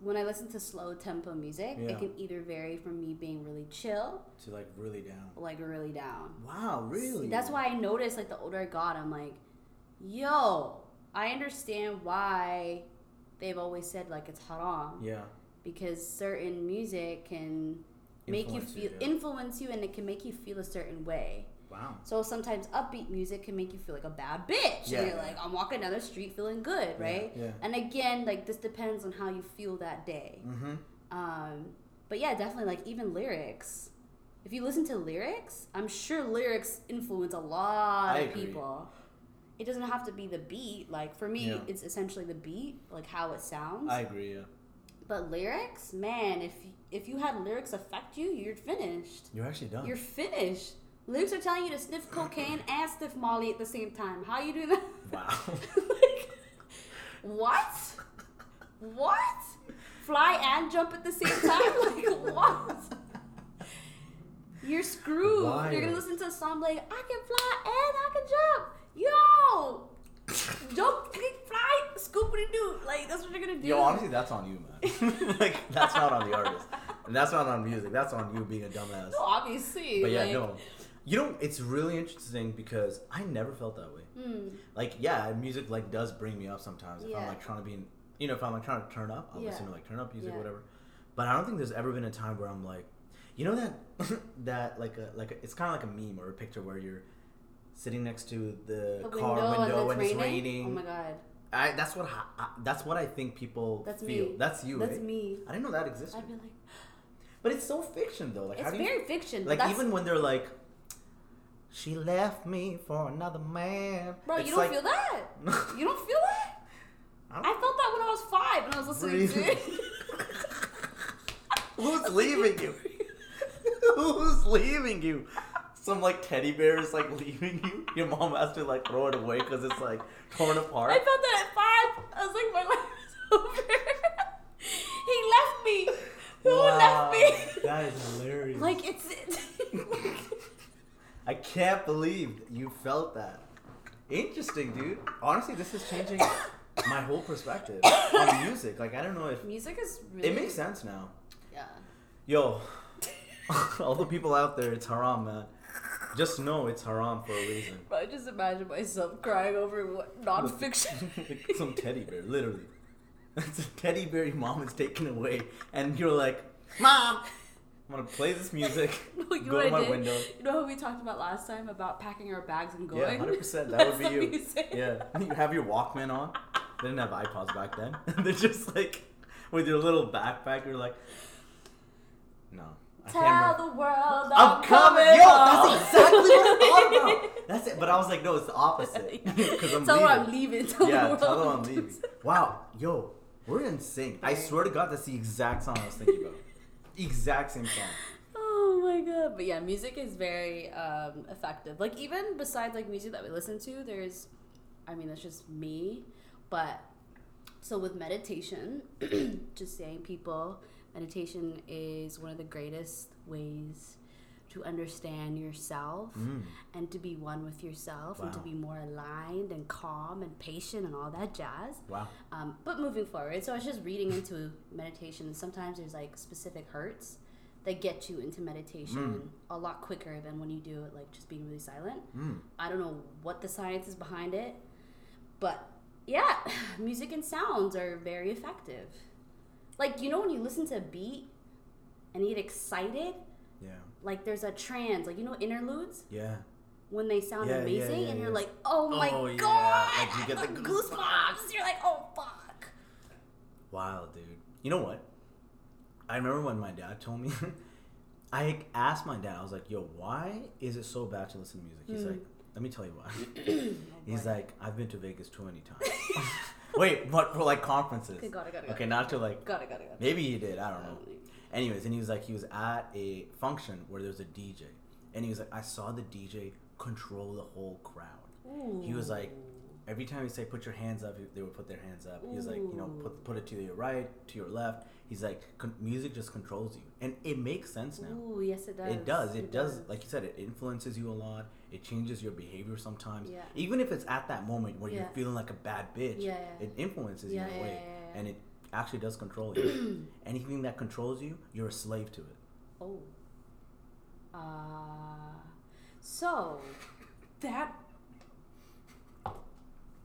S2: when I listen to slow tempo music,
S1: Yeah.
S2: it can either vary from me being really chill
S1: To like really down.
S2: like really down.
S1: Wow, really?
S2: That's why I noticed like the older I got, I'm like, yo, I understand why they've always said like it's haram
S1: Yeah.
S2: because certain music can make you
S1: Influence you,
S2: feel
S1: yeah.
S2: influence you and it can make you feel a certain way.
S1: Wow.
S2: So sometimes upbeat music can make you feel like a bad bitch.
S1: Yeah.
S2: And you're like, I'm walking down the street feeling good,
S1: Yeah,
S2: right?
S1: yeah.
S2: And again, like this depends on how you feel that day.
S1: Mm-hmm.
S2: Um, but yeah, definitely like even lyrics. If you listen to lyrics, I'm sure lyrics influence a lot
S1: I
S2: of
S1: agree.
S2: people. It doesn't have to be the beat. Like for me,
S1: Yeah.
S2: it's essentially the beat, like how it sounds.
S1: I agree. Yeah.
S2: but lyrics, man, if if you had lyrics affect you, you're finished.
S1: You're actually done.
S2: You're finished. Lyrics are telling you to sniff cocaine and sniff Molly at the same time. How you do that?
S1: Wow.
S2: like, what? What? Fly and jump at the same time? like what? You're screwed. You're
S1: Wild.
S2: gonna listen to a song like I can fly and I can jump. Yo, jump, kick, fly, scoopity doo. Like that's what you're gonna do.
S1: Yo, honestly, that's on you, man. like, that's not on the artist. And that's not on music. That's on you being a dumbass.
S2: No, obviously.
S1: But yeah,
S2: like,
S1: no. You know, it's really interesting because I never felt that way.
S2: mm,
S1: Like, yeah, music like does bring me up sometimes. If
S2: Yeah.
S1: I'm like trying to be, in, you know, if I'm like trying to turn up, I'll
S2: Yeah.
S1: listen to like turn up music,
S2: Yeah.
S1: whatever. But I don't think there's ever been a time where I'm like, you know that that like a like a, it's kind of like a meme or a picture where you're sitting next to the,
S2: the
S1: car
S2: window,
S1: window
S2: and
S1: and
S2: it's
S1: it's raining.
S2: raining. Oh my god,
S1: I, that's what I, I- that's what I think people
S2: That's
S1: feel.
S2: me.
S1: That's you.
S2: that's
S1: right?
S2: me.
S1: I didn't know that existed.
S2: I'd be like,
S1: But it's so fiction though. Like how
S2: it's
S1: do you
S2: very fiction. but
S1: like
S2: that's,
S1: even when they're like, she left me for another man.
S2: bro, you
S1: It's
S2: don't
S1: like-
S2: feel that. You don't feel that?
S1: I
S2: I felt that when I was five and I was listening to
S1: Really?
S2: it.
S1: Who's leaving you? Who's leaving you? Some like teddy bear is like leaving you. Your mom has to like throw it away because it's like torn
S2: I
S1: apart.
S2: felt that at five. I was like, my life is over. he left me. Who left me?
S1: That is hilarious.
S2: like it's it.
S1: I can't believe you felt that. Interesting, dude. Honestly, this is changing my whole perspective on music. Like, I don't know if
S2: Music is really.
S1: it makes sense now.
S2: Yeah.
S1: Yo, all the people out there, it's haram, man. Just know it's haram for a reason.
S2: Bro, I just imagine myself crying over what nonfiction.
S1: Like Some teddy bear, literally. It's a teddy bear your mom is taking away, and you're like, Mom, I'm gonna play this music,
S2: No, you know
S1: go
S2: what
S1: to my
S2: I did?
S1: window.
S2: You know how we talked about last time about packing our bags and going?
S1: Yeah, 100%. That
S2: That's
S1: would be
S2: the
S1: you.
S2: music.
S1: Yeah. You have your Walkman on. They didn't have iPods back then. They're just like, with your little backpack, you're like, no. I can't
S2: Tell
S1: remember.
S2: the world
S1: I'm coming. Yo,
S2: home.
S1: that's exactly what I thought about. That's it. But I was like, no, it's the opposite. Because I'm
S2: tell
S1: leaving.
S2: her I'm leaving. Tell the
S1: yeah,
S2: world
S1: tell them I'm
S2: I'm
S1: leaving. Wow, yo, we're in sync. I swear to God, that's the exact song I was thinking about. exact same song.
S2: Oh my god! But yeah, music is very um, effective. Like even besides like music that we listen to, there's, I mean, that's just me. But so with meditation, just saying people Meditation is one of the greatest ways to understand yourself
S1: Mm,
S2: and to be one with yourself and to
S1: Mm-hmm. Wow.
S2: be more aligned and calm and patient and all that jazz.
S1: Wow.
S2: Um, but moving forward, so I was just reading into meditation. and Sometimes there's like specific hurts that get you into meditation
S1: Mm.
S2: a lot quicker than when you do it like just being really silent. I don't know what the science is behind it, but yeah, music and sounds are very effective. Like you know when you listen to a beat and you get excited,
S1: Yeah.
S2: like there's a trance, like you know interludes
S1: Yeah.
S2: when they sound
S1: Yeah, yeah,
S2: amazing,
S1: yeah,
S2: and you're
S1: yeah.
S2: like, oh my
S1: Oh, yeah,
S2: god,
S1: like, you get
S2: I
S1: the
S2: got
S1: goosebumps.
S2: goosebumps. You're like, oh fuck.
S1: Wow, dude. You know what? I remember when my dad told me. I asked my dad. I was like, "Yo, why is it so bad to listen to music?"
S2: Hmm.
S1: He's like, "Let me tell you why." He's like, "I've been to Vegas too many times." Wait, what for? Like conferences?
S2: Okay, got it, got it, Um. got
S1: okay,
S2: it.
S1: not to like
S2: Got it, got it, got it.
S1: Maybe he did. I don't know.
S2: Probably.
S1: Anyways, and he was like, he was at a function where there was a DJ, and he was like, I saw the DJ control the whole crowd. He was like, every time he say, put your hands up, they would put their hands up. He was like, you know, put put it to your right, to your left. He's like, con- music just controls you, and it makes sense now.
S2: Ooh, yes, it does.
S1: It does. It does. Like you said, it influences you a lot. It changes your behavior sometimes.
S2: Yeah.
S1: Even if it's at that moment where you're
S2: Yeah.
S1: feeling like a bad bitch,
S2: Yeah, yeah.
S1: it influences you
S2: Yeah,
S1: in
S2: yeah,
S1: a way.
S2: yeah, yeah, yeah.
S1: And it actually does control you. Anything that controls you, you're a slave to it.
S2: Oh. Uh, so that.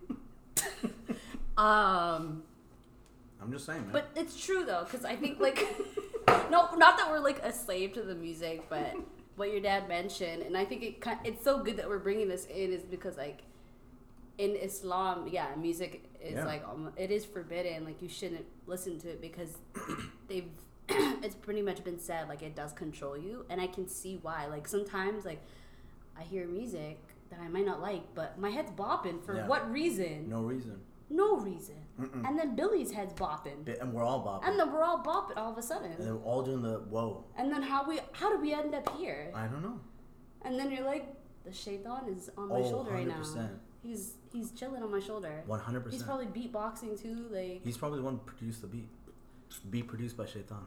S2: um,
S1: I'm just saying, man.
S2: but it's true though, because I think like, no, not that we're like a slave to the music, but what your dad mentioned, and I think it ki- it's so good that we're bringing this in is because like, in Islam, yeah, music is
S1: Yeah.
S2: like almo- it is forbidden. Like you shouldn't listen to it because they've it's pretty much been said like it does control you and i can see why like sometimes like i hear music that i might not like but my head's bopping for
S1: Yeah.
S2: what reason no,
S1: no Mm. reason.
S2: reason and then billy's head's bopping
S1: Bi- And we're all bopping.
S2: and then we're all bopping all of a
S1: And
S2: sudden
S1: they're all doing the whoa.
S2: and then how we how do we end up here
S1: I don't know.
S2: and then you're like the shaitan is on my
S1: Oh,
S2: shoulder right now
S1: 100%.
S2: he's he's chilling on my shoulder
S1: 100%.
S2: he's probably beatboxing too like
S1: He's probably the one who produced the beat. Beat produced by Shaitan.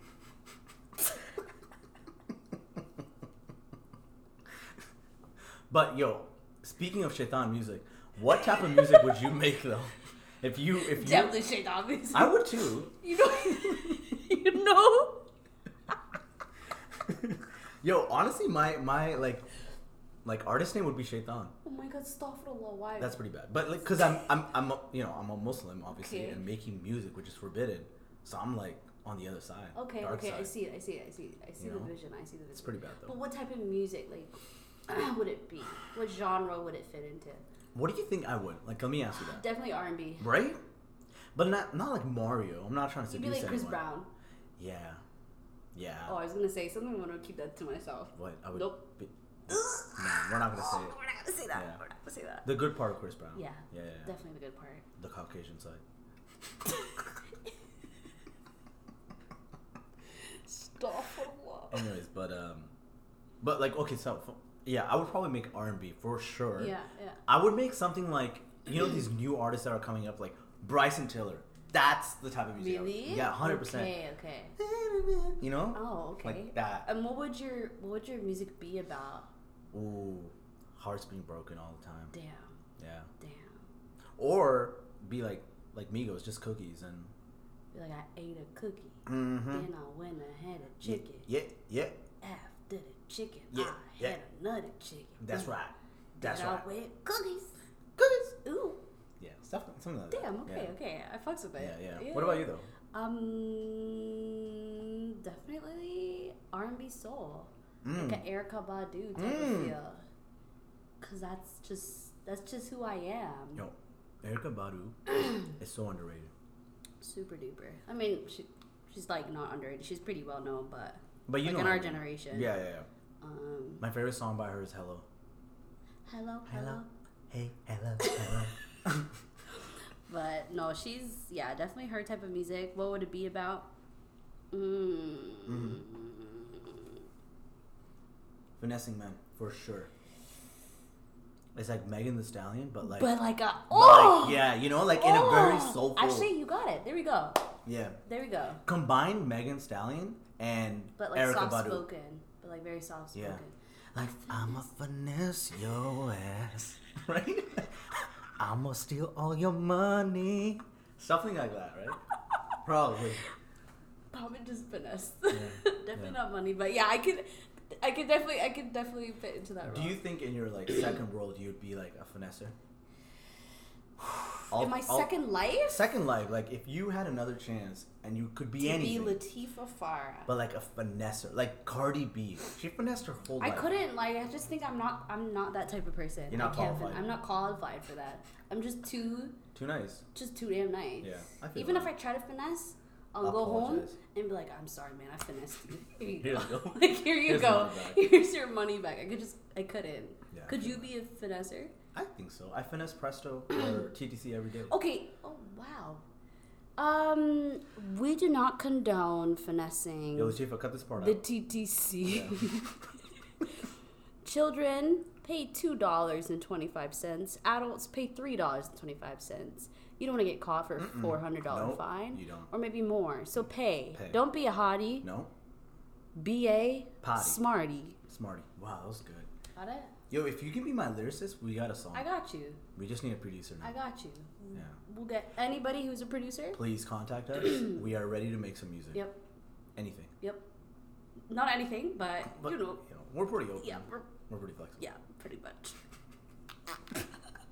S1: but yo, speaking of Shaitan music, what type of music would you make though? If you if you
S2: definitely shaitan music.
S1: I would too.
S2: you know you know
S1: Yo, honestly my my like like artist name would be Shaitan.
S2: Oh my god, astaghfirullah, why?
S1: That's pretty bad. But like cuz I'm I'm I'm a, you know, I'm a Muslim obviously
S2: Okay.
S1: and making music which is forbidden. So I'm like on the other side.
S2: okay,
S1: dark
S2: okay, I
S1: side.
S2: see it, I see it, I see it, I see
S1: You
S2: the
S1: know?
S2: vision, I see the vision. It's
S1: pretty bad, though.
S2: But what type of music, like, would it be? What genre would it fit into?
S1: What do you think I would? Like let me ask you that.
S2: Definitely R and B.
S1: Right? But not not like Mario. I'm not trying to
S2: You'd be
S1: seduce
S2: like Chris
S1: anyone.
S2: Brown.
S1: Yeah. Yeah.
S2: Oh, I was gonna say something. but I'm gonna keep that to myself.
S1: What? I would
S2: Nope.
S1: be- no, we're not gonna say
S2: Oh,
S1: it.
S2: we're not gonna say that.
S1: Yeah.
S2: We're not gonna say that.
S1: The good part of Chris Brown.
S2: Yeah,
S1: Yeah. yeah, yeah.
S2: definitely the good part.
S1: The Caucasian side.
S2: Astaghfirullah.
S1: Anyways, but um, but like okay, so f- yeah, I would probably make R and B for sure.
S2: Yeah, yeah.
S1: I would make something like you know these new artists that are coming up like Bryson Tiller. That's the type of music. I would-
S2: Really?
S1: yeah, hundred percent.
S2: Okay, okay.
S1: You know.
S2: Oh, okay.
S1: Like that.
S2: And what would your what would your music be about?
S1: Ooh, hearts being broken all the time.
S2: Damn,
S1: Yeah.
S2: damn.
S1: Or be like like Migos, just cookies and
S2: Be like I ate a cookie.
S1: mm-hmm.
S2: Then I went and had a chicken.
S1: Yeah, yeah,
S2: After the chicken,
S1: Yeah,
S2: I
S1: yeah.
S2: had another chicken.
S1: that's right. That's
S2: Then
S1: right.
S2: I went cookies.
S1: Cookies.
S2: Ooh,
S1: Yeah, stuff, something like that.
S2: damn. Okay,
S1: Yeah.
S2: okay. I fucks with it.
S1: Yeah, yeah, What about you though?
S2: Um, definitely R and B soul,
S1: Hmm.
S2: like an Erica Badu type of
S1: Mm.
S2: feel. Cause that's just that's just who I am.
S1: Yo, Mm. Erica Badu is so underrated.
S2: Super duper. I mean, she, she's like not underrated. She's pretty well known, but
S1: But you
S2: like
S1: know
S2: in our
S1: her.
S2: generation.
S1: Yeah, yeah, yeah.
S2: Um.
S1: My favorite song by her is Hello.
S2: Hello. Hello.
S1: Hey, hello, hello.
S2: But no, she's yeah, definitely her type of music. What would it be about? Mm.
S1: Mm-hmm. Finessing man, for sure. It's like Megan the Stallion, but like,
S2: But like a
S1: but like,
S2: oh
S1: yeah, you know, like in a very
S2: oh!
S1: soulful.
S2: Actually, you got it. There we go.
S1: Yeah.
S2: There we go.
S1: Combine Megan Stallion and
S2: But like
S1: Erica
S2: soft
S1: Badu.
S2: spoken, but like very soft spoken.
S1: Yeah. Like I'm a finesse your ass, right? I'm gonna steal all your money. Something like that, right? Probably.
S2: Probably just finesse.
S1: Yeah.
S2: definitely
S1: Yeah.
S2: not money, but yeah, I could, I could definitely, I could definitely fit into that
S1: Do
S2: role.
S1: you think in your like second world you'd be like a finesser? All-
S2: In my
S1: all-
S2: second life,
S1: second life, like if you had another chance and you could be
S2: to be
S1: anything,
S2: Latifa Farah.
S1: but like a finesser, like Cardi B, she finessed her whole
S2: I
S1: life.
S2: couldn't like. I just think I'm not. I'm not that type of person.
S1: You're not
S2: I can't. fin-
S1: qualified.
S2: I'm not qualified for that. I'm just too,
S1: Too nice.
S2: just too damn nice.
S1: Yeah, I feel
S2: Even
S1: that.
S2: if I try to finesse, I'll go home
S1: Apologize.
S2: and be like, "I'm sorry, man. I finessed you. Here you
S1: Here
S2: go.
S1: you go.
S2: like here you
S1: Here's your
S2: go.
S1: money back."
S2: Here's your money back. I could just. I couldn't.
S1: Yeah, I
S2: could
S1: feel
S2: you
S1: that.
S2: be a finesser?
S1: I think so. I finesse Presto or TTC every day.
S2: Okay. Oh wow. Um, we do not condone finessing.
S1: Yo, Chief, cut this part
S2: The
S1: out.
S2: TTC. Children pay two dollars and twenty five cents. Adults pay three dollars and twenty five cents. You don't want to get caught for a four hundred dollar
S1: Nope,
S2: fine,
S1: you don't.
S2: or maybe more. So pay.
S1: Pay.
S2: Don't be a hottie.
S1: No,
S2: Be a
S1: Potty.
S2: smarty.
S1: Smarty. Wow, that was good.
S2: Got it.
S1: Yo, if you can be my lyricist, we got a song.
S2: I got you.
S1: we just need a producer now.
S2: I got you.
S1: yeah.
S2: We'll get anybody who's a producer.
S1: Please contact us. we are ready to make some music.
S2: Yep.
S1: Anything.
S2: Yep. Not anything, but,
S1: But
S2: you know.
S1: we're pretty open.
S2: Yeah. We're,
S1: We're pretty flexible.
S2: yeah. Pretty much.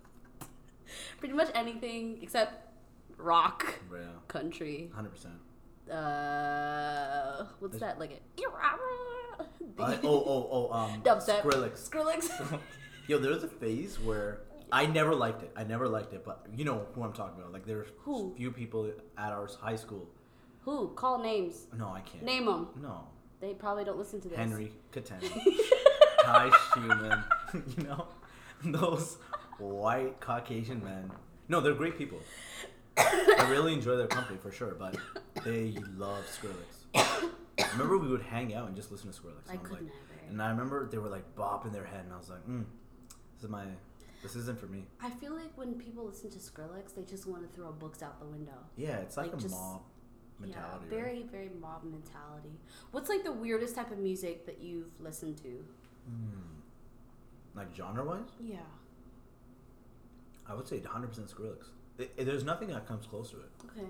S2: pretty much anything except rock.
S1: Yeah.
S2: country.
S1: Hundred percent.
S2: Uh, what's that like? A,
S1: Oh, oh, oh. Um,
S2: Dubstep.
S1: Skrillex.
S2: Skrillex.
S1: Yo, there was a phase where I never liked it. I never liked it, but you know who I'm talking about. Like there were
S2: Who?
S1: few people at our high school.
S2: Who? Call names.
S1: No, I can't.
S2: Name them.
S1: No.
S2: They probably don't listen to this.
S1: Henry Katana. Ty Schumann, you know, those white Caucasian men. No, they're great people. I really enjoy their company for sure, but they love Skrillex. remember, we would hang out and just listen to Skrillex.
S2: I
S1: and I'm
S2: could
S1: like,
S2: never.
S1: And I remember they were like bopping their head, and I was like, mm, "This is my, this isn't for me."
S2: I feel like when people listen to Skrillex, they just want to throw books out the window.
S1: Yeah, it's like,
S2: Like,
S1: a
S2: just-
S1: mob mentality.
S2: yeah,
S1: right?
S2: very, very mob mentality. What's like the weirdest type of music that you've listened to?
S1: Hmm. Like genre-wise,
S2: Yeah.
S1: I would say 100% Skrillex. Th- there's nothing that comes close to it,
S2: Okay.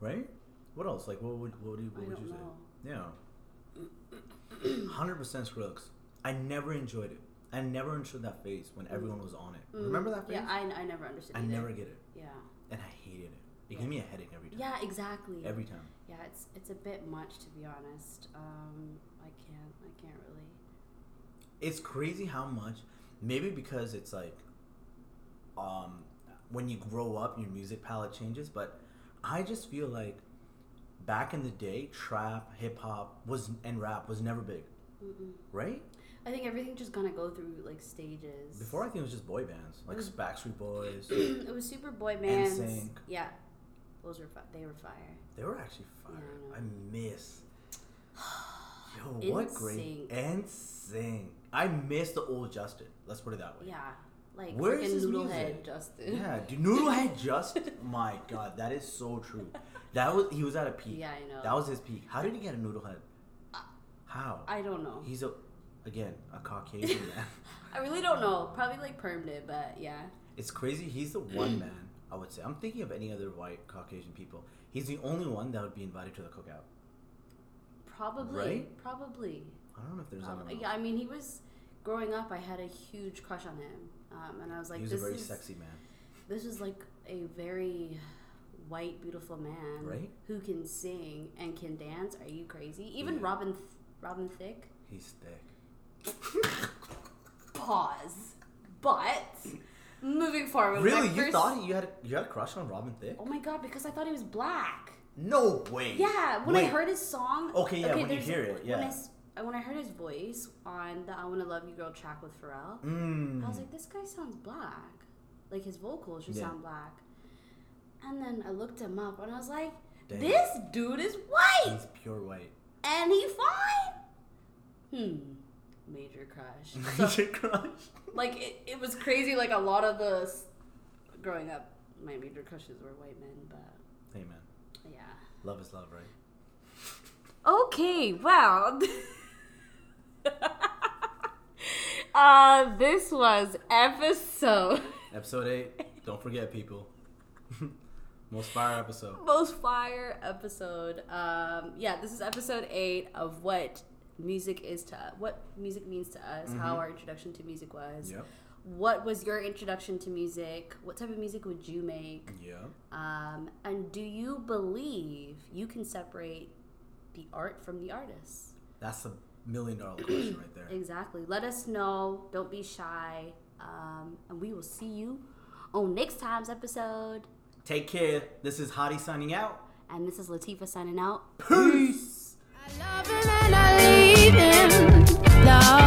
S1: right? What else? Like, what would what, do you,
S2: I
S1: what would
S2: don't
S1: you say?
S2: know.
S1: Yeah. Hundred percent Skrillex. I never enjoyed it. I never enjoyed that phase when everyone was on it. Remember that phase?
S2: Mm. Yeah, I, I never understood.
S1: I
S2: either.
S1: never get it,
S2: Yeah.
S1: and I hated it. It gave me a headache every time.
S2: Yeah, exactly.
S1: Every time.
S2: Yeah, it's it's a bit much to be honest. Um, I can't I can't really.
S1: It's crazy how much. Maybe because it's like, um, when you grow up, your music palette changes. But I just feel like back in the day, trap, hip hop was and rap was never big,
S2: Mm-mm.
S1: right?
S2: I think everything just gonna go through like stages.
S1: Before I think it was just boy bands like
S2: Mm.
S1: Backstreet Boys.
S2: it was super boy bands.
S1: NSYNC.
S2: Yeah, those were fi- they were fire.
S1: They were actually fire.
S2: Yeah, I
S1: I miss. Yo, what great
S2: NSYNC.
S1: and sing. I miss the old Justin. Let's put it that way.
S2: Yeah, like
S1: Where is
S2: freaking
S1: his
S2: noodlehead
S1: music?
S2: Justin.
S1: Yeah, dude, Noodlehead just my god, that is so true. That was he was at a peak.
S2: Yeah, I know.
S1: That was his peak. How did he get a noodlehead? How?
S2: I don't know.
S1: He's a again a Caucasian man.
S2: I really don't know. Probably like permed it, but yeah.
S1: It's crazy. He's the one man I would say. I'm thinking of any other white Caucasian people. He's the only one that would be invited to the cookout.
S2: Probably.
S1: Right?
S2: Probably.
S1: I don't know if there's
S2: Prob-
S1: anyone.
S2: Uh, yeah, I mean, he was growing up. I had a huge crush on him, um, and I was like,
S1: he was a
S2: this
S1: very
S2: is
S1: sexy man.
S2: this is like a very white beautiful man
S1: Right?
S2: who can sing and can dance are you crazy even
S1: Yeah.
S2: robin Th- robin thicke
S1: He's thick.
S2: pause but moving forward when I
S1: Really, you
S2: first-
S1: thought you had you had a crush on Robin Thicke?
S2: oh my god because i thought he was black
S1: No way.
S2: yeah when i
S1: Wait,
S2: heard his song
S1: Okay, yeah, when you
S2: there's-
S1: hear it,
S2: when I,
S1: yeah.
S2: s- when I heard his voice on the i wanna love you girl track with pharrell
S1: Mm,
S2: I was like, this guy sounds black. Like his vocals just
S1: Yeah.
S2: sound black. And then I looked him up and I was like,
S1: Dang.
S2: this dude is white
S1: he's pure white.
S2: and he fine. Hmm. Major crush.
S1: Major crush.
S2: like it, it was crazy. Like a lot of the s- growing up, my major crushes were white men, but
S1: Hey man,
S2: Yeah.
S1: Love is love, right?
S2: Okay, well. uh, this was episode
S1: Episode eight. Don't forget, people. Most fire episode.
S2: most fire episode. Um, yeah, this is episode eight of what music is to what music means to us, how our introduction to music was.
S1: Yep.
S2: What was your introduction to music? What type of music would you make?
S1: Yeah.
S2: Um, and do you believe you can separate the art from the artist?
S1: That's a million dollar question right there.
S2: Exactly. Let us know. Don't be shy. Um, and we will see you on next time's episode.
S1: Take care. This is Hottie signing out.
S2: And this is Latifa signing out.
S1: Peace.
S3: I love him and I leave him. Love.